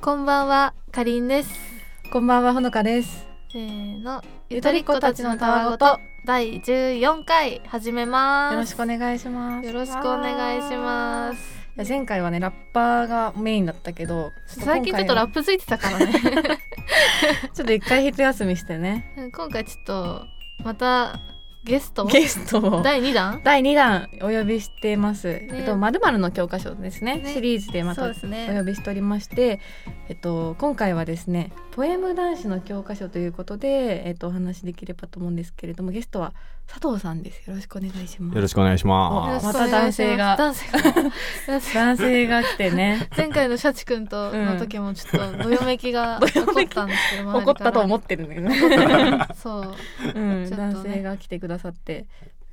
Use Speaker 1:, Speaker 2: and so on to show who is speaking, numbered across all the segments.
Speaker 1: こんばんは、かりんです。
Speaker 2: こんばんは、ほのかです。
Speaker 1: せーの、ゆ
Speaker 2: ゆ
Speaker 1: と
Speaker 2: と
Speaker 1: り
Speaker 2: り
Speaker 1: っ
Speaker 2: っ
Speaker 1: 子
Speaker 2: 子
Speaker 1: た
Speaker 2: た
Speaker 1: ち
Speaker 2: ち
Speaker 1: の
Speaker 2: の
Speaker 1: た
Speaker 2: た
Speaker 1: わ
Speaker 2: わ
Speaker 1: ご
Speaker 2: ご
Speaker 1: と
Speaker 2: と
Speaker 1: 第14回始めます。
Speaker 2: よろしくお願いします。。
Speaker 1: よろしくお願いしますす。
Speaker 2: いや前回はね、ラッパーがメインだったけど、
Speaker 1: 最近ちょっとラッ
Speaker 2: プ、
Speaker 1: プついてたからね。
Speaker 2: ちょっと一回一休みしてね。
Speaker 1: 今回ちょっとまたゲスト
Speaker 2: ゲストを
Speaker 1: 第2弾
Speaker 2: 第二弾お呼びしています。えっとまるまるの教科書ですね
Speaker 1: ね
Speaker 2: シリーズでま
Speaker 1: そう
Speaker 2: た
Speaker 1: です
Speaker 2: お
Speaker 1: ね。
Speaker 2: 呼びしておりまして、えっと今回はですね、ポエム男子の教科書ということで、えっとお話しできればと思うんですけれども、ゲストは佐藤さんです。よろしくお願いします。
Speaker 3: よろしくお願いしま
Speaker 2: あ
Speaker 3: す。
Speaker 2: また男性が
Speaker 1: 男性が男性
Speaker 2: 男性が来てね
Speaker 1: 前回のシャチ君との時もちょっとどよめきが
Speaker 2: ど
Speaker 1: 起
Speaker 2: よ
Speaker 1: こ
Speaker 2: め
Speaker 1: っ
Speaker 2: き
Speaker 1: たんですけ ど
Speaker 2: 怒ったと思
Speaker 1: っ
Speaker 2: ってるんだけどね
Speaker 1: たそう
Speaker 2: うん、
Speaker 1: ちょっとね
Speaker 2: 男性が来てくださって。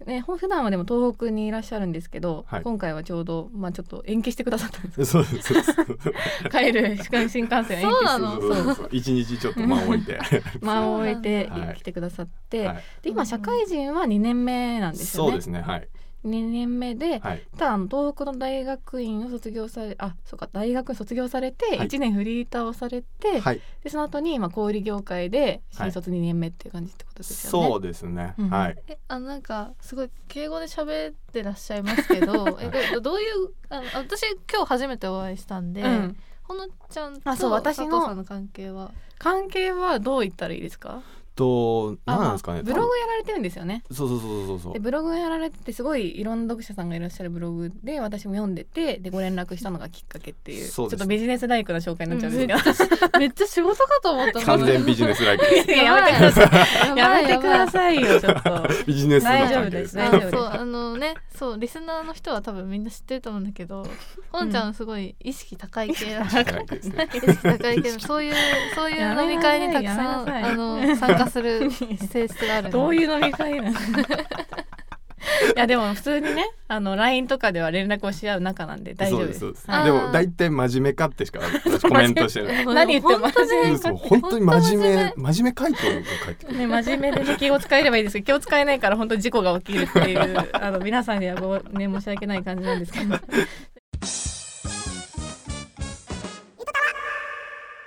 Speaker 2: ね、ほん普段はでも東北にいらっしゃるんですけど、
Speaker 3: はい
Speaker 2: 今回はちょうど、まあ、ちょっと延期してくださったん です
Speaker 3: そうですそうです。
Speaker 2: 帰る新幹線
Speaker 1: そう
Speaker 2: を
Speaker 1: な
Speaker 2: 延
Speaker 1: の
Speaker 3: そうそうそう一日ちょっと間を置いて。
Speaker 2: 期間を置いて
Speaker 3: そうなんだ
Speaker 2: 来てくださって、
Speaker 3: はい
Speaker 2: で今社会人は2年目なんですよ
Speaker 3: そう
Speaker 2: ね
Speaker 3: ですね。はい
Speaker 2: 2年目で、
Speaker 3: はい。
Speaker 2: ただあの東北の大学院を卒業されあそうか大学卒業されて
Speaker 3: はい
Speaker 2: 1年フリーターをされて、
Speaker 3: はい。
Speaker 2: でその後に今小売業界で新卒2年目っていう感じってことですよね。
Speaker 3: そうですね
Speaker 2: うん。
Speaker 3: はい。
Speaker 1: えあなんかすごい敬語で喋ってらっしゃいますけ どえどどういうあの私今日初めてお会いしたんで、
Speaker 2: うん、
Speaker 1: ほのちゃんと
Speaker 2: あそう私
Speaker 1: 佐
Speaker 2: の
Speaker 1: 藤さんの関係は
Speaker 2: 関係はどう言ったらいいですか
Speaker 3: と何なんですかね。
Speaker 2: ブログやられてるんですよね
Speaker 3: 多分。そうそうそうそうそう
Speaker 2: で。ブログやられててすごいいろんな読者さんがいらっしゃるブログで私も読んでてでご連絡したのがきっかけっていう
Speaker 3: そう
Speaker 2: ち
Speaker 3: で
Speaker 2: ょっ
Speaker 3: す
Speaker 2: とビジネスライクな紹介になっちゃうんです
Speaker 1: めっ
Speaker 2: け
Speaker 1: ち
Speaker 2: ど、
Speaker 1: ゃめっちゃ仕事かと思ったもん
Speaker 3: 完全ビジネスライクです。
Speaker 2: いややめてくだ さいやめ
Speaker 1: い
Speaker 2: てくださいよちょっと
Speaker 3: ビジネスの
Speaker 2: 大
Speaker 3: 関
Speaker 2: 丈夫
Speaker 3: 係
Speaker 2: で
Speaker 3: ですす。
Speaker 2: 大
Speaker 1: や
Speaker 2: 丈
Speaker 1: ば
Speaker 2: 夫
Speaker 1: い
Speaker 2: で
Speaker 1: やばい
Speaker 2: す
Speaker 1: そうあのねそうリスナーの人は多分みんな知ってると思うんだけどほのちゃんすごい意識高い系だ し、
Speaker 3: 高いですね。
Speaker 1: 意識高い系のそういうそういう飲み会にたくさん
Speaker 2: やめなさい
Speaker 1: あ
Speaker 2: やめなさい
Speaker 1: の参加する性質がある
Speaker 2: どう
Speaker 1: う
Speaker 2: いう飲み会なの いやでも普通にねあの LINE とかでは連絡をし合う仲なんで大丈夫です
Speaker 3: そうです。そう
Speaker 2: は
Speaker 3: で
Speaker 2: い
Speaker 3: すでも大体真面目かってしか私コメントし てない。
Speaker 2: 何言っても
Speaker 1: 本当に
Speaker 3: そうそう本当に真面
Speaker 1: 本
Speaker 3: 目真面目回答が返ってくる。
Speaker 2: ね、真面目でね気を使えればいいですけど気を使えないから本当に事故が起きるっていうあの皆さんにはご、ね、申し訳ない感じなんですけど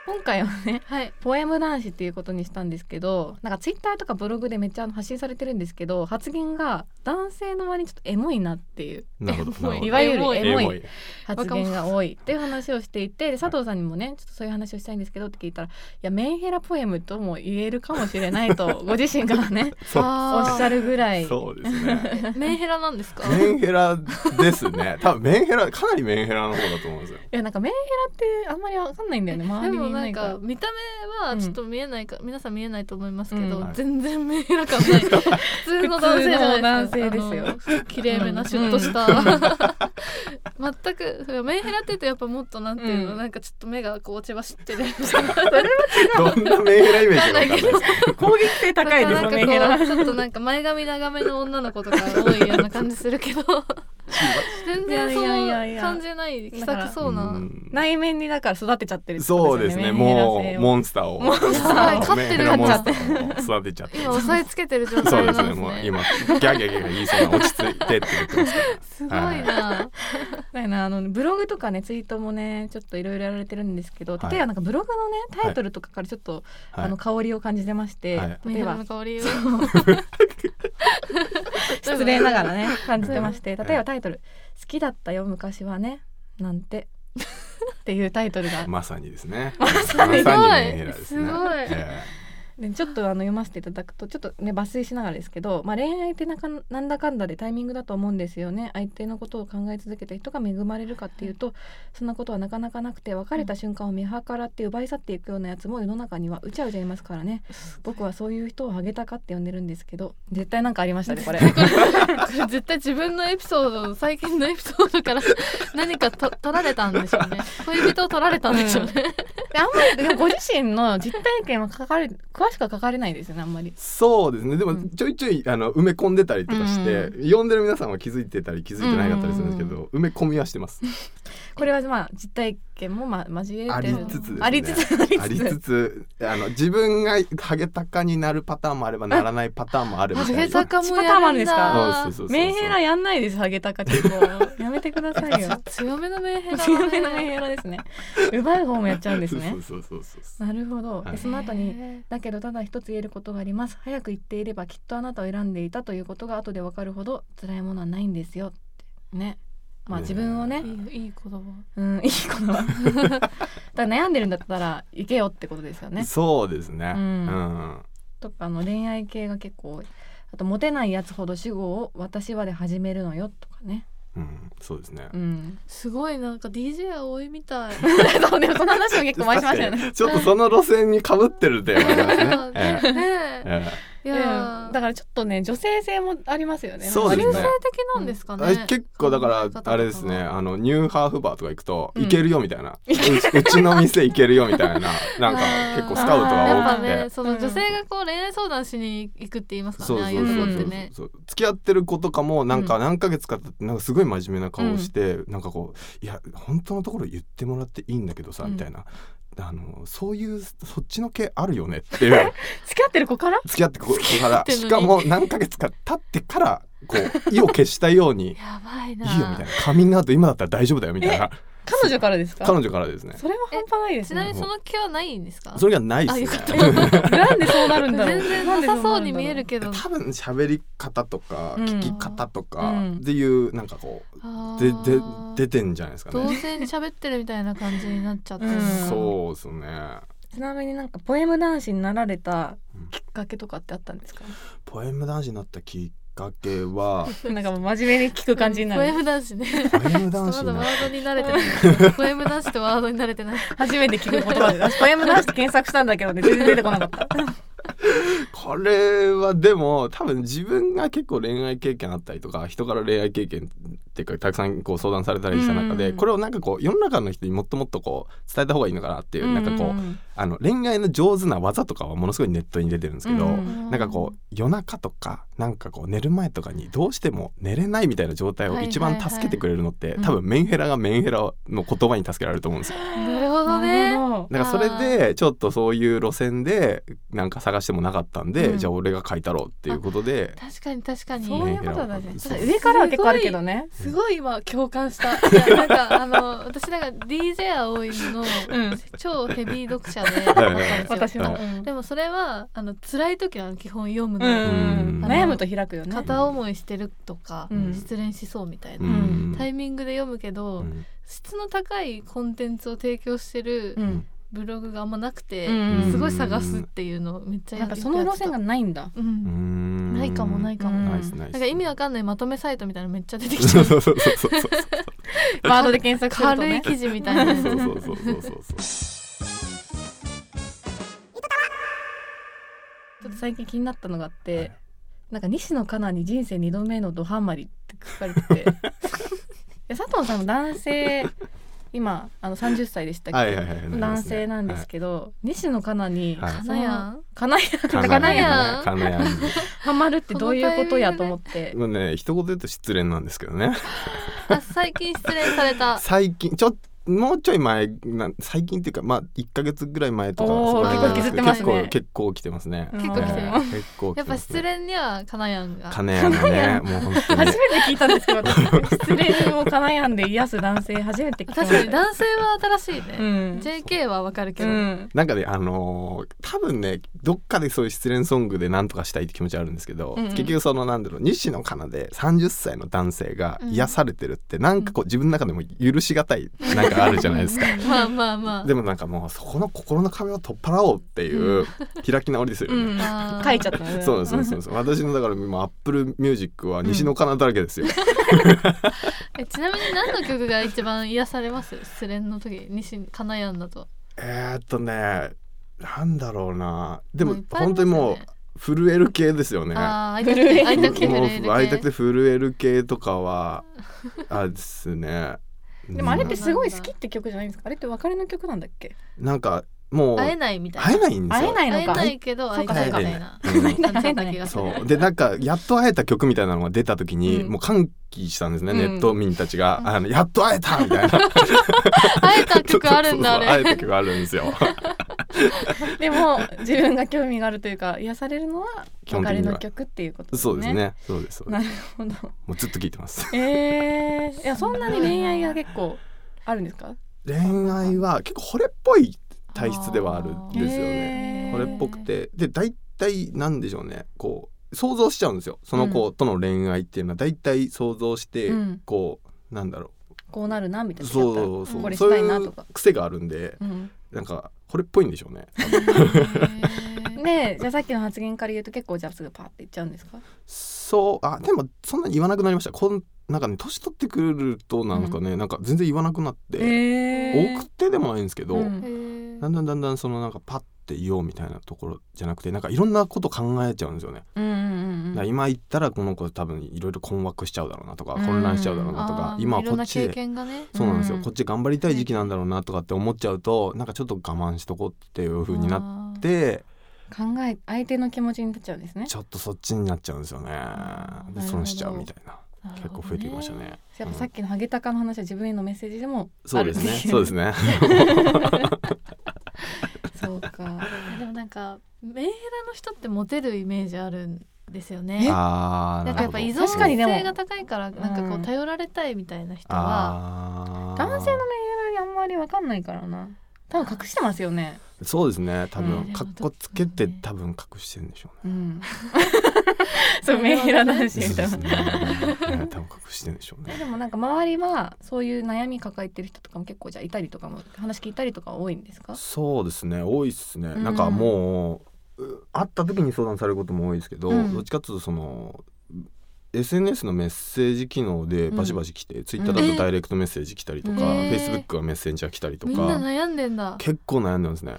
Speaker 2: 今回はね
Speaker 1: はい
Speaker 2: ポエム男子っていうことにしたんですけどなんかツイッターとかブログでめっちゃあの発信されてるんですけど発言が男性の割にちょっとエモいなっていう
Speaker 3: なるほどなるほど。
Speaker 2: いわゆる
Speaker 1: エ
Speaker 2: エ
Speaker 3: エ
Speaker 2: モ
Speaker 3: モ
Speaker 2: い
Speaker 3: い。
Speaker 2: 発言が多いっていう話をしていてで佐藤さんにもねちょっとそういう話をしたいんですけどって聞いたらいやメンヘラポエムとも言えるかもしれないとご自身がね
Speaker 3: そう
Speaker 2: おっしゃ
Speaker 1: る
Speaker 2: るぐらい
Speaker 3: そうですね。
Speaker 1: メンヘラなんですか
Speaker 3: メンヘラですね。多分メンヘラかなりメンヘラの方だと思うんですよ。
Speaker 2: いやなんかメンヘラってあんまりわかんないん だよね周
Speaker 1: で
Speaker 2: りに
Speaker 1: も
Speaker 2: い
Speaker 1: な
Speaker 2: なんい
Speaker 1: か
Speaker 2: か
Speaker 1: 見た目はちょっと見えないか、皆さん見えないと思いますけど、
Speaker 2: うん
Speaker 1: 全然メンヘラ感 ない普通の男性じゃない
Speaker 2: 普通の男性
Speaker 1: ですよきれいめなシュッとした、全くメンヘラって言うとやっぱもっとなんていうの、
Speaker 2: うん
Speaker 1: なんかちょっと目がこう落ち葉ってる
Speaker 3: どんなメンヘライメージがわかんないですか。
Speaker 2: 攻撃性
Speaker 1: なんかなんかこうちょっとなんか前髪長めの女の子とか多いような感じするけ ど全然そう
Speaker 2: いやいやいやいや
Speaker 1: 感じない気さくそうな。
Speaker 3: うん
Speaker 2: 内面にだから育てちゃってるってこ
Speaker 3: そ
Speaker 2: と
Speaker 3: うですね。
Speaker 2: メンヘラ性を
Speaker 3: もうモンスターを。
Speaker 2: モン
Speaker 1: スター
Speaker 3: そう
Speaker 1: 飼ってる
Speaker 3: メンヘラモンスターを育てちゃって
Speaker 1: 今
Speaker 3: ます。
Speaker 1: 押さえつけてる状
Speaker 3: そう
Speaker 1: 態なんですす
Speaker 3: で
Speaker 1: ね。
Speaker 3: ね。もう今ギャーギャーギャーギャー言いそうな落ち着いてって言ってますから。
Speaker 1: すごいな。
Speaker 2: だよねあのブログとかねツイートもねちょっといろいろやられてるんですけど
Speaker 3: はい
Speaker 2: 例えばなんかブログのねタイトルとかからちょっと、
Speaker 3: はい
Speaker 2: あの香りを感じてまして、
Speaker 3: はい
Speaker 1: メン
Speaker 2: 例
Speaker 1: ヘ
Speaker 2: え
Speaker 1: ラ
Speaker 2: ば
Speaker 1: の香りを。
Speaker 2: 失礼ながらね感じてまして例えばタイトル「好きだったよ昔はね」なんてっていうタイトルが、
Speaker 3: まさにですね。
Speaker 2: ま
Speaker 3: ま
Speaker 2: さ
Speaker 3: さ
Speaker 2: に
Speaker 3: にメンヘラですね。
Speaker 1: すごい
Speaker 3: え
Speaker 2: でちょっとあの読ませていただくとちょっとね抜粋しながらですけど、まあ、恋愛ってなんかなんだかんだでタイミングだと思うんですよね相手のことを考え続けた人が恵まれるかっていうとそんなことはなかなかなくて別れた瞬間を見計らって奪い去っていくようなやつも世の中にはうちゃうちゃいますからね僕はそういう人をハゲタカって呼んでるんですけど絶対なんかありましたねこ れ
Speaker 1: これ絶対自分のエピソード最近のエピソードから 何かと取られたんでしょうね恋人を取られたんでしょうね、
Speaker 2: であんまりでもご自身の実体験は書かれ詳しくは書かれないですよねあんまり。
Speaker 3: そうですねで
Speaker 2: う
Speaker 3: も
Speaker 2: ん
Speaker 3: ちょいちょいあの埋め込んでたりとかして、
Speaker 2: う
Speaker 3: 読んでる皆さんは気づいてたり気づいてなかったりするんですけど、埋め込みはしてます
Speaker 2: これはまあ実体験もまあ交えて
Speaker 3: ありつつですね
Speaker 2: ありつつありつつ
Speaker 3: ありつつあの自分がハゲタカになるパターンもあればならないパターンもあるみたいな。
Speaker 1: ハゲタカもや
Speaker 2: パターンもあ
Speaker 1: るん
Speaker 2: るんです
Speaker 1: だ
Speaker 2: か
Speaker 3: そうそうそうそう
Speaker 2: メンヘラやんないですハゲタカ 結構やめてくださいよ
Speaker 1: 強めのメンヘラだね
Speaker 2: 強めのメンヘラですね奪う方もやっちゃうんですね
Speaker 3: そうそうそうそう。
Speaker 2: なるほど、
Speaker 3: はい
Speaker 2: でその後に
Speaker 1: へ
Speaker 2: だけどただ一つ言えることがあります早く言っていればきっとあなたを選んでいたということが後でわかるほど辛いものはないんですよってねまあ
Speaker 3: ね
Speaker 2: 自分をね
Speaker 1: ーいいいい子だわ
Speaker 2: うんいいことは だから悩んでるんだったら行けよってことですよね
Speaker 3: そうですね。
Speaker 2: う
Speaker 3: うんん。
Speaker 2: とかあの恋愛系が結構多いあとモテないやつほど死後を私はで始めるのよとかね
Speaker 3: うん、そうですね
Speaker 2: う。ん
Speaker 1: すごいなんか DJ 多いみたい。
Speaker 2: そうでもその話も結構前にしましたよね
Speaker 3: 確かにちょっとその路線に被ってる点もあります ねええ
Speaker 1: ね
Speaker 3: え
Speaker 1: い
Speaker 2: い
Speaker 1: や
Speaker 2: や
Speaker 1: ー
Speaker 2: だからちょっとね女性性もありますよね
Speaker 3: そうです
Speaker 1: 女
Speaker 3: ね
Speaker 1: 性
Speaker 2: 割
Speaker 1: 的なんですか
Speaker 3: え
Speaker 1: ね、
Speaker 3: あ結構だか
Speaker 1: 考え方
Speaker 3: ら
Speaker 1: と
Speaker 3: あれですねあのニューハーフバーとか行くと
Speaker 2: うん
Speaker 3: 行けるよ みたいな、うちうちの店行けるよみたいななんか結構スカウト
Speaker 1: や
Speaker 3: が
Speaker 1: っぱ
Speaker 3: 多く
Speaker 1: ね
Speaker 3: て。
Speaker 1: その女性がこう恋愛相談しに行くって言いますから
Speaker 3: そう
Speaker 1: ね
Speaker 3: そ
Speaker 1: ああ
Speaker 3: う
Speaker 1: い
Speaker 3: そう
Speaker 1: うとこっ
Speaker 3: そ
Speaker 1: て
Speaker 3: う
Speaker 1: ね
Speaker 3: そう付き合ってる子とかもなんか何ヶ月か経ってなんかすごい真面目な顔をして、なんかこういや本当のところ言ってもらっていいんだけどさ、
Speaker 2: うん
Speaker 3: みたいなあのそういうそっちの系あるよねっていう
Speaker 2: と付き合ってる子から
Speaker 3: 付き合ってここから
Speaker 1: てんのに
Speaker 3: しかも何ヶ月か経ってからこう意を決したよ うに
Speaker 1: やばい
Speaker 3: 「い
Speaker 1: ない
Speaker 3: よ」みたいな「カミングアウト今だったら大丈夫だよ」みたいな
Speaker 2: 彼女からですか
Speaker 3: 彼女からですね
Speaker 2: それは半端ないです
Speaker 1: ちなみ
Speaker 2: ね
Speaker 1: にその気はないんですか
Speaker 3: それがないですね
Speaker 1: あよかっ
Speaker 2: なんでそうなるん
Speaker 1: 全
Speaker 2: だろう
Speaker 1: 然
Speaker 2: な
Speaker 1: なん
Speaker 2: で
Speaker 1: さ
Speaker 2: なるんだろ
Speaker 1: そうに見えるけど
Speaker 3: 多分喋り方とか
Speaker 2: うん
Speaker 3: 聞き方と
Speaker 2: う
Speaker 3: か
Speaker 2: ん
Speaker 3: っていうなんかこ
Speaker 1: あ
Speaker 3: うでで
Speaker 1: ー
Speaker 3: 出てんじゃないですか
Speaker 1: 同
Speaker 3: ね
Speaker 1: 性に喋ってるみたいな感じになっちゃってる
Speaker 2: う
Speaker 1: のか
Speaker 2: ん
Speaker 1: な
Speaker 3: そうですね
Speaker 2: ちなみになんかポエム男子になられたきっかけとかってあったんですか、
Speaker 3: ポエム男子になったきっかけ は
Speaker 2: なんかもう真面目に聞く感じにな
Speaker 1: ポエ
Speaker 2: る
Speaker 1: ム男子ね
Speaker 3: ポエム
Speaker 1: ちょっ
Speaker 3: 男
Speaker 1: と
Speaker 3: 子
Speaker 1: まだ
Speaker 3: にな
Speaker 1: ワ
Speaker 3: っ
Speaker 1: ードに慣れてないポエム男子とワードに慣れてない
Speaker 2: 初めて聞く言葉で私ポエム男子って検索したんだけどね全然出てこなかった
Speaker 3: これはでも多分自分が結構恋愛経験あったりとか人から恋愛経験っていうかたくさんこう相談されたりした中で、
Speaker 2: うん
Speaker 3: これをなんかこう世の中の人にもっともっとこう伝えた方がいいのかなっていう、なんかこうあの恋愛の上手な技とかはものすごいネットに出てるんですけど、
Speaker 2: うん
Speaker 3: なんかこう夜中とかなんかこう寝る前とかにどうしても寝れないみたいな状態を一
Speaker 1: はい
Speaker 3: 番
Speaker 1: はいはい
Speaker 3: 助けてくれるのって、
Speaker 2: うん
Speaker 3: 多分メンヘラがメンヘラの言葉に助けられると思うんですよ。
Speaker 1: なるほど
Speaker 2: なる
Speaker 1: ね
Speaker 2: ほど
Speaker 3: だからそれでちょっとそういう路線でなんか探してもなかったんで、
Speaker 2: うん
Speaker 3: じゃあ俺が書いたろうっていうことで
Speaker 1: 確かに確かに
Speaker 2: そういうことだね
Speaker 3: ね。
Speaker 2: ただ上からは結構あるけどね。
Speaker 1: すごい今共感した。いやなんかあの私なんか DJ 葵の
Speaker 2: うん
Speaker 1: 超ヘビー読者で
Speaker 3: はいはいはい
Speaker 2: 私も。
Speaker 1: でもそれはあの辛い時なの基本読む
Speaker 2: う
Speaker 1: の、
Speaker 2: ん。
Speaker 3: うん
Speaker 2: 悩むと開くよね。
Speaker 1: 片思いしてるとか、
Speaker 2: うん
Speaker 1: 失恋しそうみたいな、
Speaker 2: ん
Speaker 1: タイミングで読むけど、
Speaker 3: うん
Speaker 1: 質の高いコンテンツを提供してる
Speaker 2: うん。
Speaker 1: ブログがあんまなくて、
Speaker 2: うん
Speaker 1: すごい探すっていうのをめっちゃや
Speaker 2: なん
Speaker 1: って
Speaker 2: か
Speaker 1: た
Speaker 2: その路線がないんだ。
Speaker 1: う、
Speaker 3: うんん
Speaker 1: ないかもないかも、
Speaker 2: うん
Speaker 3: ナイスナイス
Speaker 1: なんか意味わかんないまとめサイトみたいなのめっちゃ出てきち
Speaker 3: そ
Speaker 1: ゃ
Speaker 3: う
Speaker 1: う
Speaker 3: そうそうそうそうそう
Speaker 2: ワードで検索すると
Speaker 1: 軽い
Speaker 2: ね。
Speaker 1: 記事みたいなやつ
Speaker 3: そうそうそうそうそうそう
Speaker 2: ちょっと最近気になったのがあって、なんか西野カナに人生二度目のドハマりって書かれて て、いや佐藤さんも男性今あの三十歳でしたっ
Speaker 3: はいはい
Speaker 2: け？
Speaker 3: はい
Speaker 2: 男性なんですけど、西野カナに
Speaker 3: はい
Speaker 1: かなやん
Speaker 2: カナや
Speaker 3: ど
Speaker 2: カナや
Speaker 1: やん
Speaker 3: かなやん
Speaker 2: ハマるってどういうことやと思って。
Speaker 3: もうね一言で言うと失恋なんですけどね
Speaker 1: あ最近失恋され た
Speaker 3: 最近ちょもうちょい前なん最近っていうかまあ一ヶ月ぐらい前とか
Speaker 2: おー
Speaker 3: そこら辺なんですけど
Speaker 2: 結構削ってますね
Speaker 3: 結構結
Speaker 1: 構来て
Speaker 2: 結
Speaker 3: 構来てますね
Speaker 1: る
Speaker 3: えー結構来て
Speaker 1: やっぱ
Speaker 3: ます
Speaker 1: 失
Speaker 3: ね
Speaker 1: 恋にはかなやんが
Speaker 3: 金谷のねもう本当
Speaker 2: 初
Speaker 3: に
Speaker 2: めて聞いたんですけど私失恋をかなやんで癒す男性初めて聞きま
Speaker 1: 確
Speaker 2: し
Speaker 1: かに
Speaker 2: た
Speaker 1: 男性は新しいね、
Speaker 2: うん、
Speaker 1: JK はわかるけ
Speaker 2: う
Speaker 1: ど、
Speaker 2: ん、
Speaker 3: なんかねあのー多分ねどっかでそういう失恋ソングで何とかしたいって気持ちはあるんですけど、
Speaker 2: うんうん
Speaker 3: 結局そのなんだろう西野カナで30歳の男性が癒されてるって、なんかこう自分の中でも許しがたいなんかあるじゃない ですか。
Speaker 1: まあまあまあ
Speaker 3: でもなんかもうそこの心の壁を取っ払おうっていう開き直りですよね。
Speaker 2: うん
Speaker 1: あー
Speaker 2: 書いちゃったね
Speaker 3: そうですそうですそうです私のだから今アップルミュージックは西野カナだらけですよ、
Speaker 1: えちなみに何の曲が一番癒されます失恋の時西かなやんだと
Speaker 3: えーっとねなんだろうなで
Speaker 1: まあ
Speaker 3: も
Speaker 1: いっぱいありますよ
Speaker 3: 本当に
Speaker 1: ね
Speaker 3: もう震える系ですよね
Speaker 1: ああー会いたくて
Speaker 3: もう
Speaker 1: 会いたくて震える系
Speaker 3: 会いたくて震える系とかは あですね
Speaker 2: でもあれって
Speaker 3: うん
Speaker 2: すごい好きって曲じゃないんですかあれって別れの曲なんだっけ
Speaker 3: なんかもう
Speaker 1: 会えないみたいな
Speaker 3: 会えないんです
Speaker 2: 会
Speaker 3: よ
Speaker 2: えない
Speaker 1: 会え
Speaker 2: のか
Speaker 1: ないけど会いたいみたいな
Speaker 3: そうかそう
Speaker 1: 感じ
Speaker 2: か
Speaker 1: だった気がする
Speaker 3: そうでなんかやっと会えた曲みたいなのが出た時に、
Speaker 2: うん
Speaker 3: もう歓喜したんですね、
Speaker 2: うん
Speaker 3: ネット民たちが、あのやっと会えた みたいな
Speaker 1: 会えた曲あるんだ
Speaker 3: そうそうそう会
Speaker 1: あ
Speaker 3: え
Speaker 1: れ
Speaker 3: た曲あるん ですよ
Speaker 2: でも自分が興味があるというか癒されるのは
Speaker 3: 基本的
Speaker 2: 別れ
Speaker 3: には
Speaker 2: の曲っていうことですね。
Speaker 3: そうで すね。そうですそうです
Speaker 2: なるほど。
Speaker 3: もうずっと聴いてます
Speaker 2: えー、いやそんなに恋愛が結構あるんですか？
Speaker 3: 恋愛は結構惚れっぽい体質ではあるんですよね
Speaker 2: ね
Speaker 3: 惚れっぽくてで大体なんでしょうねこう想像しちゃうんですよその子との恋愛っていうのは大体想像して、
Speaker 2: うん
Speaker 3: こうなんだろ
Speaker 2: こうなるなみた
Speaker 3: う
Speaker 2: いな。
Speaker 3: そうそう
Speaker 2: これし
Speaker 3: そう
Speaker 2: たい
Speaker 3: い
Speaker 2: なと
Speaker 3: う
Speaker 2: か。
Speaker 3: 癖があるんで
Speaker 2: うん
Speaker 3: なんか惚れっぽいんでしょうね
Speaker 2: ねえじゃあさっきの発言から言うと結構じゃあすぐパーって言っちゃうんですか？
Speaker 3: そうあでもそんなに言わなくなりましたこんなんかね年取ってくるとなんかね、なんか全然言わなくなって、
Speaker 2: え
Speaker 3: 多くてでもないんですけど、
Speaker 2: うん
Speaker 3: だんだんだんだんそのなんかパッて言おうみたいなところじゃなくてなんかいろんなこと考えちゃうんですよね、
Speaker 2: うんうんう
Speaker 3: だから
Speaker 2: ん。
Speaker 3: 今言ったらこの子多分いろいろ困惑しちゃうだろうなとか
Speaker 2: うん
Speaker 3: 混乱しちゃうだろうなとか、今は
Speaker 1: い
Speaker 3: こっち
Speaker 1: ろんな経
Speaker 3: で
Speaker 1: 験がね
Speaker 3: そうなんですよ、
Speaker 2: うん
Speaker 3: こっち頑張りたい時期なんだろうなとかって思っちゃうとなんかちょっと我慢しとこうっていう風になっ
Speaker 1: って
Speaker 2: 考え相手の気持ちになっちゃうんですね。
Speaker 3: ちょっとそっちになっちゃうんですよね
Speaker 1: あー
Speaker 3: で
Speaker 2: なるほど
Speaker 3: 損しちゃうみたいな結構増えてきましたね
Speaker 2: やっぱさっきのハゲタカの話は自分へのメッセージでも
Speaker 3: そ
Speaker 2: あ
Speaker 3: う
Speaker 2: る
Speaker 3: で
Speaker 2: って
Speaker 3: す
Speaker 2: い
Speaker 3: ねそうですね
Speaker 2: そうか。
Speaker 1: でもなんかメンヘラの人ってモテるイメージあるんですよね
Speaker 3: あ
Speaker 1: な
Speaker 3: ー
Speaker 1: ん
Speaker 3: な
Speaker 1: かやっ
Speaker 3: るほ
Speaker 1: ぱ
Speaker 3: ど
Speaker 1: 依存
Speaker 2: 確かにでも
Speaker 1: 性が高いからなんかこう
Speaker 2: う
Speaker 1: ん頼られたいみたいな人は
Speaker 3: あー
Speaker 2: 男性のメンヘラにあんまりわかんないからな。多分隠してますよね。
Speaker 3: そうですね多
Speaker 2: う
Speaker 3: 分
Speaker 2: ん
Speaker 3: かっこつけて多分隠してるんでしょうね
Speaker 2: うん。 そうメンヘラ男子みたい
Speaker 3: そう
Speaker 2: な。
Speaker 3: ですね多分隠してるんでしょうね
Speaker 2: でもなんか周りはそういう悩み抱えてる人とかも結構じゃあいたりとかも話聞いたりとか多いんですか？
Speaker 3: そうですね多いですね、
Speaker 2: うん
Speaker 3: なんかもうう会った時に相談されることも多いですけど、
Speaker 2: うん
Speaker 3: どっちかっていうとその SNS のメッセージ機能でバシバシ来て、Twitter だ
Speaker 1: え
Speaker 3: と
Speaker 1: ー
Speaker 3: ダイレクトメッセージ来たりとか、
Speaker 1: えー
Speaker 3: Facebook がメッセンジャー来たりと
Speaker 1: みんな
Speaker 3: か
Speaker 1: 悩んでんだ
Speaker 3: 結構悩んでますね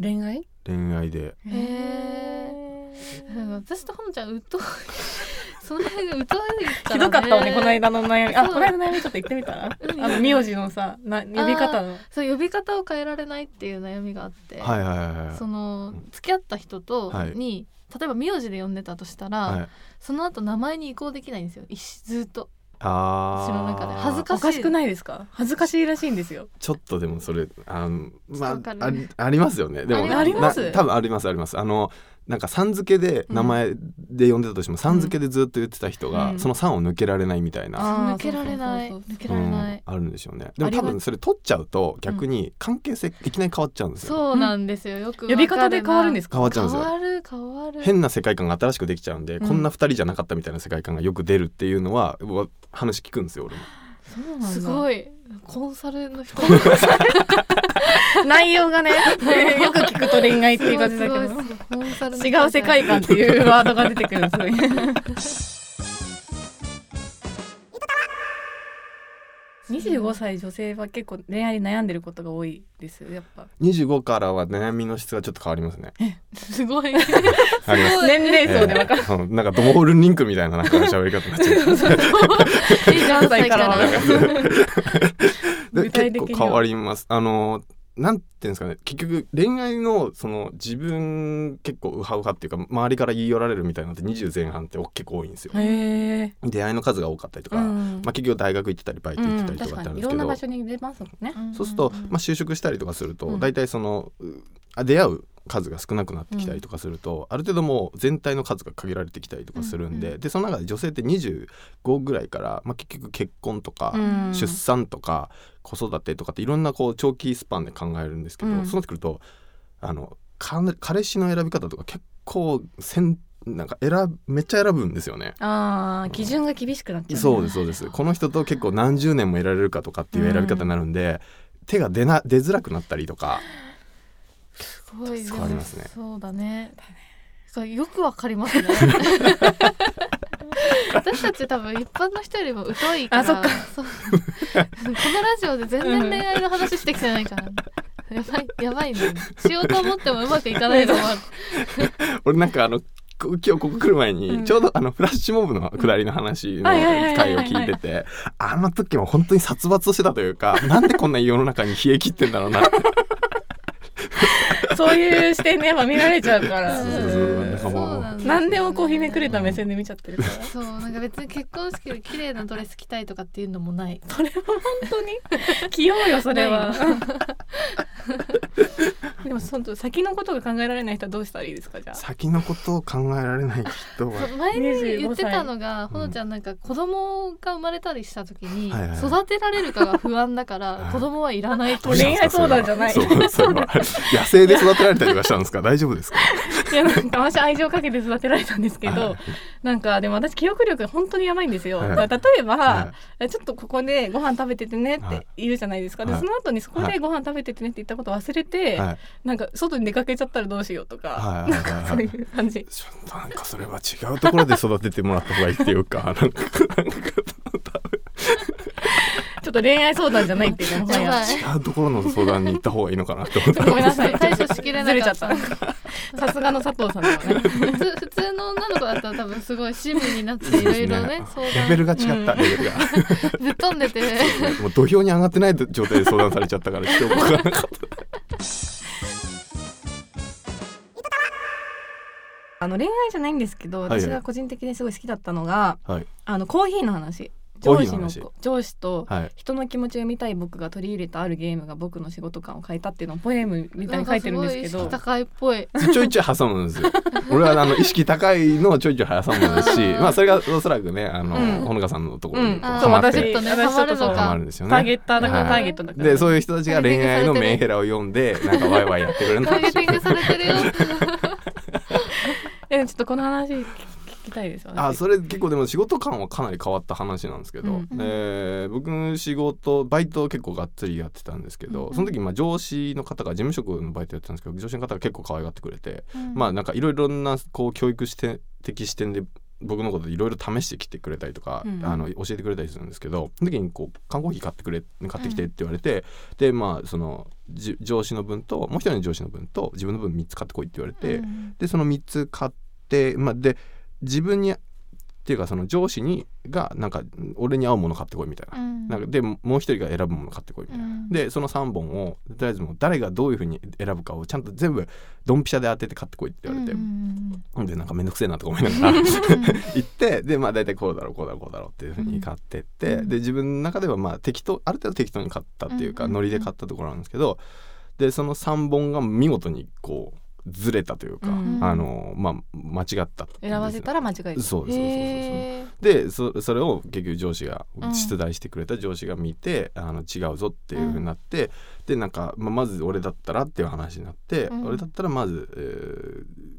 Speaker 2: 恋愛？
Speaker 3: 恋愛で
Speaker 1: へえなんか私とほのちゃん疎い その辺が疎いから、ね、
Speaker 2: ひどかったわねこの間の悩み。あ
Speaker 1: そう
Speaker 2: この間の悩みちょっと言ってみたら。
Speaker 1: うん
Speaker 2: あの苗字のさな呼び方の。
Speaker 1: そう呼び方を変えられないっていう悩みがあって、
Speaker 3: はいはいはいはい
Speaker 1: その
Speaker 3: うん
Speaker 1: 付き合った人とに、
Speaker 3: はい
Speaker 1: 例えば名字で呼んでたとしたら、
Speaker 3: はい
Speaker 1: その後名前に移行できないんですよ一しずっと
Speaker 3: あ
Speaker 1: 私の中で恥ずかしい
Speaker 2: おかしくないですか？恥ずかしいらしいんですよ。
Speaker 3: ちょっとでもそれあの
Speaker 1: わ
Speaker 3: ま
Speaker 1: か
Speaker 3: あ
Speaker 1: る
Speaker 3: ありありますよねでも
Speaker 1: あり
Speaker 2: ます
Speaker 3: な多分ありますありますあのなんかさん付けで名前で呼んでたとしても、さん付けでずっと言ってた人が、
Speaker 2: うん
Speaker 3: そのさんを抜けられないみたいな、
Speaker 2: あー
Speaker 1: 抜けられない
Speaker 2: そうそうそうそう
Speaker 1: 抜けられない、
Speaker 3: うんあるんでしょうねでも
Speaker 2: あり
Speaker 3: 多
Speaker 2: が
Speaker 3: 分それ取っちゃうと逆に関係性いきなり変わっちゃうんですよ、
Speaker 1: そうなんですよよく
Speaker 2: 呼び方で変わるんですすか？
Speaker 3: 変わっちゃうんです
Speaker 1: 変
Speaker 3: よ
Speaker 1: わる変わる
Speaker 3: 変な世界観が新しくできちゃうんで、
Speaker 2: うん
Speaker 3: こんな二人じゃなかったみたいな世界観がよく出るっていうのはうわ話聞くんですよ俺も
Speaker 2: そう
Speaker 1: す
Speaker 2: い
Speaker 1: ごいコンサルの人
Speaker 2: 内容がねよく聞くと恋愛っていう感じ
Speaker 1: す
Speaker 2: だけ
Speaker 1: ごい
Speaker 2: ど
Speaker 1: すごいコンサルの人
Speaker 2: 違う世界観っていうワードが出てくるすごい 25歳女性は結構恋愛に悩んでることが多いですよやっぱ
Speaker 3: 25からは悩みの質がちょっと変わりますね
Speaker 1: すごい
Speaker 3: あります
Speaker 1: そう
Speaker 2: 年齢層でわかる、
Speaker 3: ええうんなんかドモールリンクみたいななんか喋り方になっちゃ う
Speaker 1: いいじゃん
Speaker 2: 何歳からは
Speaker 1: 最初から
Speaker 3: で
Speaker 2: 具体
Speaker 3: 結
Speaker 2: 的
Speaker 3: 構
Speaker 2: には
Speaker 3: 変わりますあのなんていうんですかね結局恋愛のその自分結構ウハウハっていうか周りから言い寄られるみたいなのって20前半って結構多いんですよ、
Speaker 2: へえ、
Speaker 3: 出会いの数が多かったりと
Speaker 2: う
Speaker 3: か、
Speaker 2: ん
Speaker 3: まあ、結局大学行ってたりバイト行ってたりと
Speaker 2: 確
Speaker 3: かって
Speaker 2: か
Speaker 3: あるん
Speaker 2: にい
Speaker 3: です
Speaker 2: ろ
Speaker 3: け
Speaker 2: んな
Speaker 3: ど、
Speaker 2: 場所に出ますもんね
Speaker 3: そうすると、まあ、就職したりとかすると、大体そのうあ出会う数が少なくなってきたりとかすると、ある程度もう全体の数が限られてきたりとかするんで、
Speaker 1: うんう
Speaker 3: でその中で女性って25ぐらいから、まあ、結局結婚とか、
Speaker 2: うん
Speaker 3: 出産とか子育てとかっていろんなこう長期スパンで考えるんですけど、
Speaker 2: うん
Speaker 3: そうなってくるとあのか彼氏の選び方とか結構せんなんか選めっちゃ選ぶんですよね。
Speaker 2: あー基準が厳しくなっちゃう
Speaker 3: そうですそうですこの人と結構何十年もいられるかとかっていう選び方になるんで、手が出な出づらくなったりとか
Speaker 1: すごい
Speaker 3: 変わりますね
Speaker 1: そうだねそうよくわかり ますね私たち多分一般の人よりも疎いから
Speaker 2: あそっか
Speaker 1: そうこのラジオで全然恋愛の話してきてない から、やばいやばいねしようと思ってもうまくいかないのもある
Speaker 3: 俺なんかあのこ今日ここ来る前
Speaker 2: う
Speaker 3: に
Speaker 2: ん
Speaker 3: ちょうどあのフラッシュモブの下りの話の
Speaker 2: はいはいはいはい
Speaker 3: 回を聞いててあの時も本当 に殺伐としてたというかなんでこんな世の中に冷え切ってんだろうなって
Speaker 2: そういう視点でやっぱ見られちゃうから
Speaker 1: そう
Speaker 3: そうそうなんかもう
Speaker 1: なんですよね
Speaker 2: 何でもこうひねくれた目線で見ちゃってるから
Speaker 1: そうなんか別に結婚式で綺麗なドレス着たいとかっていうのもない
Speaker 2: それは本当に器用よそれは でも本当先のことが考えられない人はどうしたらいいですかじゃあ
Speaker 3: 先のことを考えられない人は
Speaker 1: そう前に言ってたのが
Speaker 3: 25歳
Speaker 1: ほのちゃんなんか子供が生まれたりした時に
Speaker 3: はいはいはい
Speaker 1: 育てられるかが不安だから
Speaker 3: はい
Speaker 1: 子供はいらないと
Speaker 2: もう恋愛相談じゃない
Speaker 3: そうそ れは野生で育てられたりとかしたんですか大丈夫ですか
Speaker 2: いやなんか私愛情かけて育てられたんですけ
Speaker 3: は
Speaker 2: ど
Speaker 3: い
Speaker 2: なんかでも私記憶力が本当にやばいんですよ
Speaker 3: はい
Speaker 2: だから例えば、
Speaker 3: は
Speaker 2: ちょっとここでご飯食べててねっ
Speaker 3: はい
Speaker 2: て言うじゃないですか、で
Speaker 3: はい
Speaker 2: その後にそこでご飯食べててねって言ったこと忘れ
Speaker 3: い
Speaker 2: て、
Speaker 3: はい
Speaker 2: なんか外に出かけちゃったらどうしようとか、
Speaker 3: はいはいはいはい
Speaker 2: そういう感じ
Speaker 3: ちょっとなんかそれは違うところで育ててもらった方がいいっていう かなんかなんか
Speaker 2: ちょっと恋愛相談じゃないっていうのもは
Speaker 1: やば
Speaker 2: や
Speaker 1: い
Speaker 3: 違うところの相談に行った方がいいのかなって思った
Speaker 2: ごめんなさい
Speaker 1: 対処しきれ
Speaker 2: ず
Speaker 1: な
Speaker 2: れち
Speaker 1: か
Speaker 2: ゃ
Speaker 1: っ
Speaker 2: ったたさすがの佐藤さんだよね
Speaker 1: 普通普通の女の子だったら多分すごい親身になっていろいろね相
Speaker 3: レベ
Speaker 1: 談
Speaker 3: ルが違った、
Speaker 2: うん
Speaker 3: レベルが
Speaker 1: ぶっ飛んでて
Speaker 3: もう土俵に上がってない状態で相談されちゃったからちょっと分からなかっ
Speaker 2: あの恋愛じゃないんですけど
Speaker 3: はいはい
Speaker 2: 私が個人的にすごい好きだったのが、
Speaker 3: たはい
Speaker 2: あのコーヒーの話
Speaker 3: コー
Speaker 2: 上
Speaker 3: ヒー
Speaker 2: 司
Speaker 3: の
Speaker 2: の
Speaker 3: 話
Speaker 2: 上司と
Speaker 3: はい
Speaker 2: 人の気持ちを読みたい僕が取り入れたあるゲームが僕の仕事感を変えたっていうのをポエムみたいに書いてるんですけ
Speaker 1: なんか
Speaker 2: ど
Speaker 1: すごい意識高いっぽい
Speaker 3: ちょいちょい挟むんですよ俺はあの意識高いのをちょいちょい挟むんですし
Speaker 1: あー
Speaker 3: まあそれがおそらくねあの、
Speaker 2: うん
Speaker 3: ほのかさんのところにこう
Speaker 1: あー
Speaker 3: ハマっ
Speaker 1: ちょ
Speaker 3: て
Speaker 1: っとね
Speaker 2: 私
Speaker 1: ハマるの
Speaker 2: ちょっと
Speaker 3: ハ
Speaker 1: か
Speaker 3: マるんですよ
Speaker 2: ター
Speaker 3: ね
Speaker 2: ゲッターだから、
Speaker 3: はい
Speaker 2: ターゲットだから
Speaker 3: でそういう人たちが恋愛のメンヘラを読んでなんかワイワイやってくれるん
Speaker 1: ターゲティングされてるよ
Speaker 2: えちょっとこの話聞きたいですよね
Speaker 3: あそれ結構でも仕事感はかなり変わった話なんですけど、
Speaker 2: うん
Speaker 3: えー僕仕事バイトを結構がっつりやってたんですけど、
Speaker 1: うん
Speaker 3: その時まあ上司の方が事務職のバイトやってたんですけど上司の方が結構可愛がってくれて、 まあなんかいろいろなこう教育視点的視点で僕のこといろいろ試してきてくれたりとか、
Speaker 2: うん
Speaker 3: あの教えてくれたりするんですけどその時にこう缶コーヒー買ってくれ買ってきてって言われて、でまあそのじ上司の分ともう一人の上司の分と自分の分3つ買ってこいって言われて、
Speaker 1: うん
Speaker 3: でその3つ買って、まあ、で自分にっていうかその上司にがなんか俺に合うもの買ってこいみたいな,、
Speaker 1: うん
Speaker 3: なんかでもう一人が選ぶもの買ってこいみたいな、
Speaker 1: うん
Speaker 3: でその3本をとりあえずもう誰がどういうふうに選ぶかをちゃんと全部ドンピシャで当てて買ってこいって言われて、
Speaker 1: うんうん
Speaker 3: でなんかめんどくせえなとか思いながら
Speaker 1: うん
Speaker 3: 行ってでまあ大体こうだろうこうだろうこうだろうっていうふうに買ってって、
Speaker 1: うん
Speaker 3: で自分の中ではまあ適当ある程度適当に買ったっていうか、
Speaker 1: うんうんうん
Speaker 3: ノリで買ったところなんですけどでその3本が見事にこうずれたというか、
Speaker 2: うん
Speaker 3: あのまあ間違ったっていう
Speaker 2: 選ばせたら間違いです
Speaker 3: そうですそうですそうです
Speaker 1: へー
Speaker 3: でそそれを結局上司が
Speaker 1: うん
Speaker 3: 出題してくれた上司が見て、あの違うぞっていうふうになって、でなんか、まあ、まず俺だったらっていう話になって、
Speaker 1: うん
Speaker 3: 俺だったらまず、えー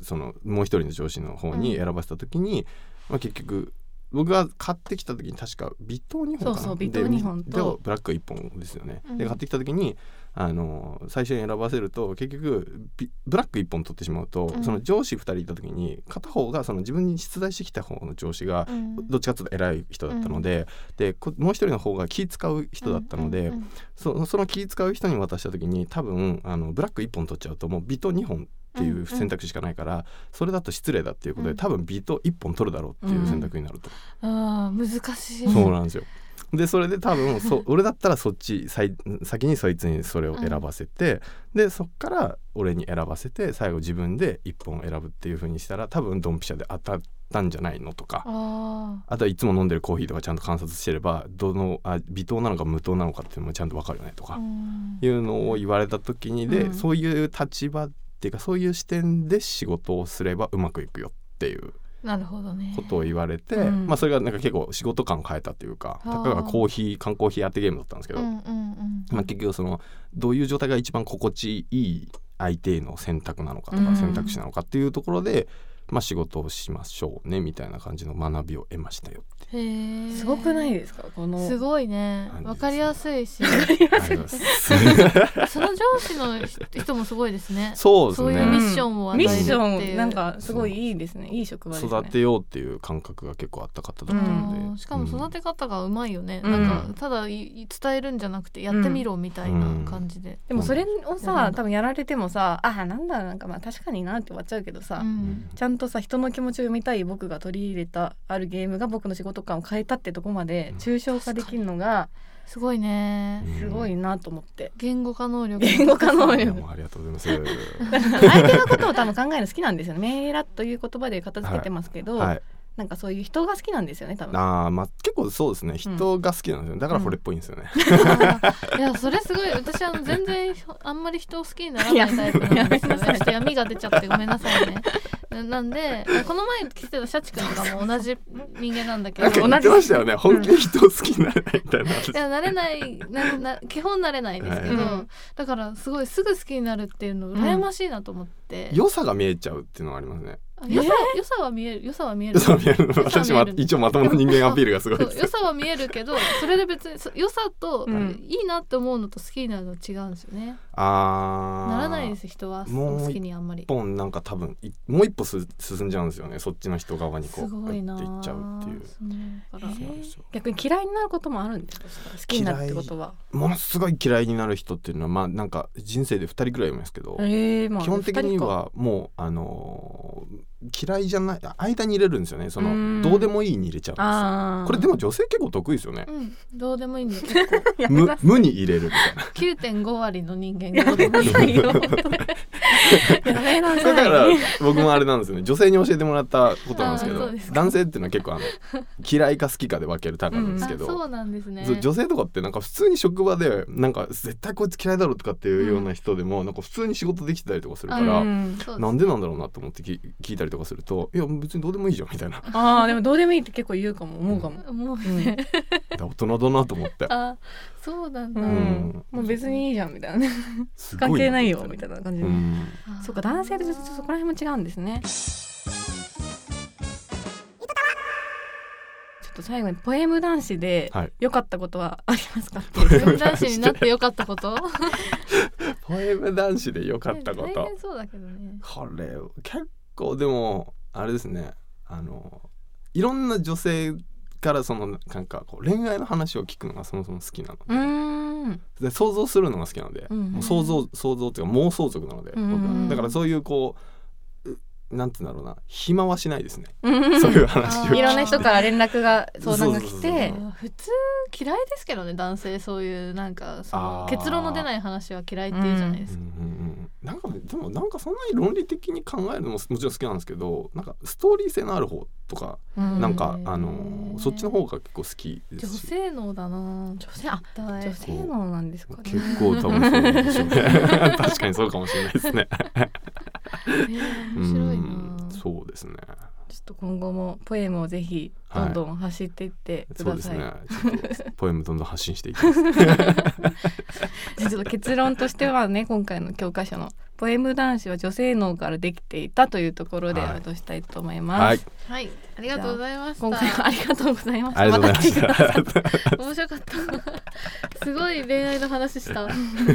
Speaker 3: そのもう一人の上司の方に選ばせた時に、まあ、結局僕が買ってきた時に確か微糖2本かな
Speaker 2: そうそう
Speaker 3: で
Speaker 2: 微糖2本と
Speaker 3: でブラック1本ですよね、
Speaker 1: うん
Speaker 3: で買ってきた時にあの最初に選ばせると結局ビブラック1本取ってしまうと、
Speaker 1: うん
Speaker 3: その上司2人いた時に片方がその自分に出題してきた方の上司が
Speaker 1: うん
Speaker 3: どっちかというと偉い人だったので,、でこもう一人の方が気使う人だったので、
Speaker 1: うんうんうん
Speaker 3: そその気使う人に渡した時に多分あのブラック1本取っちゃうともうビト2本ってい
Speaker 1: んう
Speaker 3: うん選択肢しかないから、それだと失礼だっていうことで、
Speaker 1: うん
Speaker 3: 多分ビト1本取るだろうっていう選択になると、
Speaker 1: あー難しい
Speaker 3: そうなんですよ。でそれで多分 そ俺だったらそっちさい先にそいつにそれを選ばせて、でそっから俺に選ばせて最後自分で1本選ぶっていう風にしたら多分ドンピシャで当たったんじゃないのとか
Speaker 1: あ
Speaker 3: あとはいつも飲んでるコーヒーとかちゃんと観察してればどのあ微糖なのか無糖なのかっていうのもちゃんと分かるよねと
Speaker 1: ー
Speaker 3: か
Speaker 1: う、ん
Speaker 3: いうのを言われた時にで、
Speaker 2: うん
Speaker 3: そういう立場っていうかそういう視点で仕事をすればうまくいくよっていう
Speaker 1: なるほどね
Speaker 3: ことを言われて、
Speaker 2: うん
Speaker 3: まあそれがなんか結構仕事感を変えたっていうか
Speaker 1: あ
Speaker 3: た
Speaker 1: ー
Speaker 3: かがコーヒー缶コーヒー当てゲームだったんですけど、
Speaker 1: うんうんうん
Speaker 3: まあ、結局そのどういう状態が一番心地いい相手への選択なのかと
Speaker 2: うん
Speaker 3: か選択肢なのかっていうところで、まあ、仕事をしましょうねみたいな感じの学びを得ましたよって
Speaker 1: へー
Speaker 2: すごくないですかこの
Speaker 1: すごいね
Speaker 3: 感じですね
Speaker 1: わかりやすい し
Speaker 3: ありがとうございます。
Speaker 1: その上司の人もすごいですね
Speaker 3: そうです
Speaker 1: そういう ミ
Speaker 3: ね
Speaker 1: ッションを与え
Speaker 2: ミ
Speaker 1: る
Speaker 2: ッ
Speaker 1: っていう
Speaker 2: ションなんかすごいいいですねいい職場ですね
Speaker 3: 育てようっていう感覚が結構あった方だった
Speaker 1: あ
Speaker 3: ので、
Speaker 1: ーしかも育て方がうまいよね、
Speaker 2: うん
Speaker 1: なんかただい伝えるんじゃなくてやってみろみたいな感じで、
Speaker 2: でもそれを
Speaker 1: そうな
Speaker 2: さ
Speaker 1: んだ
Speaker 2: 多分やられてもさあーなんだなんかまあ確かになって終わっちゃうけどさ、
Speaker 1: うん
Speaker 2: ちゃんとさ人の気持ちを読みたい僕が取り入れたあるゲームが僕の仕事感を変えたってとこまで
Speaker 3: うん
Speaker 2: 抽象化できるのが
Speaker 1: すごいね
Speaker 2: すごいなと思って
Speaker 1: 言語化能力
Speaker 2: 言語化能
Speaker 3: いや
Speaker 2: 力
Speaker 3: もうありがとうございます。
Speaker 2: 相手のことを多分考えるの好きなんですよねメーラという言葉で片付けてますけど、
Speaker 3: はい。
Speaker 2: なんかそういう人が好きなんですよね多分
Speaker 3: ああまあ結構そうですね。人が好きなんですよ。だから惚れっぽいんですよね。
Speaker 1: いやそれすごい私あの全然あんまり人を好きにならないタイプなんですよねちょっと闇が出ちゃってごめんなさいねななんでこの前来てたシャチ君とかも同じ人間なんだけ
Speaker 3: な
Speaker 1: ど
Speaker 3: んか言ってましたよね。本気で人を好きになれないみたいな。
Speaker 1: いや慣れないなな基本慣れないんですけど、
Speaker 2: はい
Speaker 1: だからすごいすぐ好きになるっていうの羨ましいなと思って、
Speaker 3: 良さが見えちゃうっていうのはありますね。
Speaker 1: あ良さ良さは見える良さは見え
Speaker 3: 良
Speaker 1: る
Speaker 3: さが見える の。私
Speaker 1: 良さは
Speaker 3: は
Speaker 1: 見える
Speaker 3: 一応まともな人間アピールがすごい
Speaker 1: そ
Speaker 3: で
Speaker 1: う
Speaker 3: す
Speaker 1: 良。さは見えるけどそれで別にそ良さと、
Speaker 2: うん
Speaker 1: いいなって思うのと好きになるの違うんですよね
Speaker 3: ああ。
Speaker 1: ならないです人は
Speaker 3: もう
Speaker 1: 好きにあんまり
Speaker 3: 一本なんか多分いもう一歩す進んじゃうんですよねそっちの人側にこ
Speaker 1: す
Speaker 3: う
Speaker 1: ごいな
Speaker 3: っていっちゃうっていう
Speaker 1: そうだから
Speaker 2: え
Speaker 3: そうなんですよ
Speaker 2: 逆に嫌いになることもあるんですか好きになるってことは
Speaker 3: ものすごい嫌いになる人っていうのはまあなんか人生で2人くらいいますけど、
Speaker 2: えーまあ
Speaker 3: 基本的に
Speaker 2: 二人か
Speaker 3: はもうあのー嫌いじゃない間に入れるんですよねそうの
Speaker 2: ん
Speaker 3: どうでもいいに入れちゃうんで
Speaker 2: あー
Speaker 3: すこれでも女性結構得意ですよね
Speaker 1: うんどうでもいいんだけど
Speaker 2: やめ
Speaker 3: 無
Speaker 2: なさ
Speaker 3: 無に入れるみたい な
Speaker 1: 9.5割の人間
Speaker 2: いや
Speaker 1: がどうで
Speaker 2: め
Speaker 1: も
Speaker 2: ない
Speaker 1: い
Speaker 2: さいよ本当にやめな
Speaker 3: それだか
Speaker 2: さ
Speaker 3: ら
Speaker 2: い
Speaker 3: 僕もあれなんですよね女性に教えてもらったことなんですけ
Speaker 1: あーそ
Speaker 3: ど
Speaker 1: うですか
Speaker 3: 男性っていうのは結構あの嫌いか好きかで分けるタイプなんですけ
Speaker 1: あ
Speaker 3: ど、
Speaker 1: そうなんですね
Speaker 3: そう女性とかってなんか普通に職場でなんか絶対こいつ嫌いだろうとかっていうような人でも、なんか普通に仕事できてたりとかするか
Speaker 1: だ
Speaker 3: ら、
Speaker 2: うん
Speaker 1: そう
Speaker 3: なんでなんだろうなと思ってき聞いたりとかすると「いや別にどうでもいいじゃん」みたいな
Speaker 2: あーでもどうでもいいって結構言うかも思うかも、
Speaker 1: もうね、
Speaker 3: 大人だなと思って
Speaker 1: あそうなんだ、
Speaker 2: うん
Speaker 3: うん
Speaker 2: もう別にいいじゃんみたいなね
Speaker 3: すご
Speaker 2: 関係ないよ
Speaker 3: み
Speaker 2: み
Speaker 3: た
Speaker 2: た
Speaker 3: い
Speaker 2: いな感じ
Speaker 3: な。
Speaker 2: で、
Speaker 3: うん
Speaker 1: あー
Speaker 2: そうか男性とちょっとそこら辺も違うんですねちょっと最後にポエム男子で
Speaker 3: はい
Speaker 2: 良かったことはありますかって
Speaker 1: 自
Speaker 2: いう、
Speaker 1: 分男子になってよかったこと
Speaker 3: ポエム男子で良かったこ
Speaker 1: ね大
Speaker 3: と
Speaker 1: 変そうだけどね
Speaker 3: これ結構でもあれですねあのいろんな女性からそのなんかこう恋愛の話を聞くのがそもそも好きなので、
Speaker 2: うーん
Speaker 3: で想像するのが好きなので、
Speaker 2: うん
Speaker 3: もう想像想像っていうか妄想族なので、
Speaker 2: うん
Speaker 3: 僕はだからそういうこううなんて言うんだろうな暇はしないですね、そういう話を
Speaker 1: あー
Speaker 2: いろんな人から連絡が相談が
Speaker 3: そ
Speaker 2: 来
Speaker 3: うそうそう
Speaker 2: て
Speaker 3: そう
Speaker 1: 普通嫌いですけどね男性そういうなんかその
Speaker 3: あー
Speaker 1: 結論の出ない話は嫌いっていうじゃないで
Speaker 3: う
Speaker 1: す
Speaker 3: ん
Speaker 1: か、
Speaker 3: うんうん、なんかねでもなんかそんなに論理的に考えるのももちろん好きなんですけどなんかストーリー性のある方とか、
Speaker 1: うん
Speaker 3: なんかあの
Speaker 1: うん
Speaker 3: ーそっちの方が結構好きで
Speaker 1: 女
Speaker 3: すし
Speaker 1: 性能だな
Speaker 2: 女性あ女性能なんですかね
Speaker 3: 結構多分そうなんでしょうね 確かにそうかもしれないですね
Speaker 1: 性面白いな
Speaker 3: うんそうですね
Speaker 2: ちょっと今後もポエムをぜひどんどん走っていってく
Speaker 3: そう
Speaker 2: だ
Speaker 3: です
Speaker 2: さい、
Speaker 3: ねちょっとポエムどんどん発信していきます
Speaker 2: ちょっと結論としてはね今回の教科書の「ポエム男子は女性脳からできていた」というところで
Speaker 3: はい
Speaker 2: 落としたいと思います、
Speaker 3: はい
Speaker 1: はいありがとうございました
Speaker 2: 今回はありがとうござい ました
Speaker 3: ありがとうございま
Speaker 2: 来
Speaker 3: した
Speaker 2: てください
Speaker 3: た
Speaker 1: 面白かったすごい恋愛の話した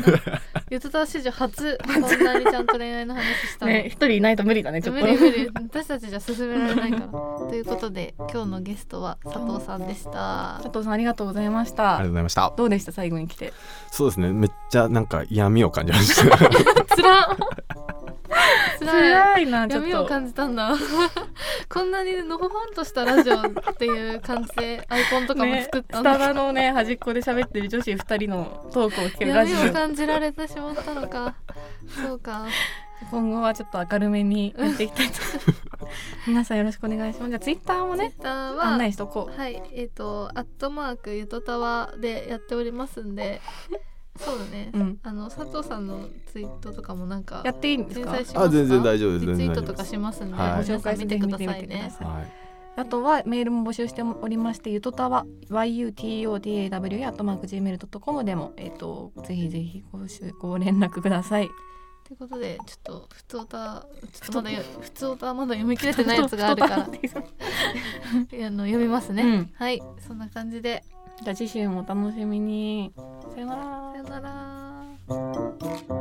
Speaker 1: ゆとたわ史上初こんなにちゃんと恋愛の話したの、
Speaker 2: ね一人いないと無理だねちょっ
Speaker 1: 無
Speaker 2: と
Speaker 1: 理無理私たちじゃ進められないからということで今日のゲストは佐藤さんでした
Speaker 2: 佐藤さんありがとうございまし
Speaker 3: あ
Speaker 2: た
Speaker 3: りがとうございました。
Speaker 2: どうでした最後に来て
Speaker 3: そうですね。めっちゃなんか闇を感じました。
Speaker 1: つらつらい
Speaker 2: いな
Speaker 1: 闇を感じたんだ こんなにのほほんとしたラジオっていう感じでアイコンとかも
Speaker 2: ね、
Speaker 1: 作っ
Speaker 2: ス
Speaker 1: た
Speaker 2: タ
Speaker 1: んだ、
Speaker 2: バのね端っこで喋ってる女子二人のトークを聞けるラジ
Speaker 1: 闇を
Speaker 2: オ
Speaker 1: 感じられてしまったのかそうか
Speaker 2: 今後はちょっと明るめにやっていきたいと皆さんよろしくお願いしますじゃあツイッターもね
Speaker 1: ツイッターは
Speaker 2: 案内しとこう
Speaker 1: はい、えっ、と、アットマークゆとたわでやっておりますんで。そうだね、
Speaker 2: うん
Speaker 1: あの佐藤さんのツイートとかもなんか
Speaker 2: や。っていいんです
Speaker 1: 連
Speaker 2: か
Speaker 1: 載しますか。
Speaker 3: あ、全然大丈夫で
Speaker 1: リツイ
Speaker 3: す。全然
Speaker 1: ー
Speaker 3: 大丈
Speaker 1: ト
Speaker 3: 夫
Speaker 1: と
Speaker 3: で
Speaker 1: か
Speaker 3: す。
Speaker 1: しますんで、
Speaker 3: はい
Speaker 1: ご紹介見てください
Speaker 2: ご紹介
Speaker 1: ね
Speaker 2: し。て
Speaker 3: はい。
Speaker 2: あとはメールも募集しておりましてゆとたわ yutotaw やとマーク gmail.com でもえっ、とぜひぜひごしゅご連絡ください
Speaker 1: ということで、ちょっと普通歌、ちょっとまだよ普通歌まだ読み切れてないやつがある から、あの読みますね、
Speaker 2: うん
Speaker 1: はい、そんな感じで、
Speaker 2: じゃあ次週もお楽しみにさよなら
Speaker 1: さよなら。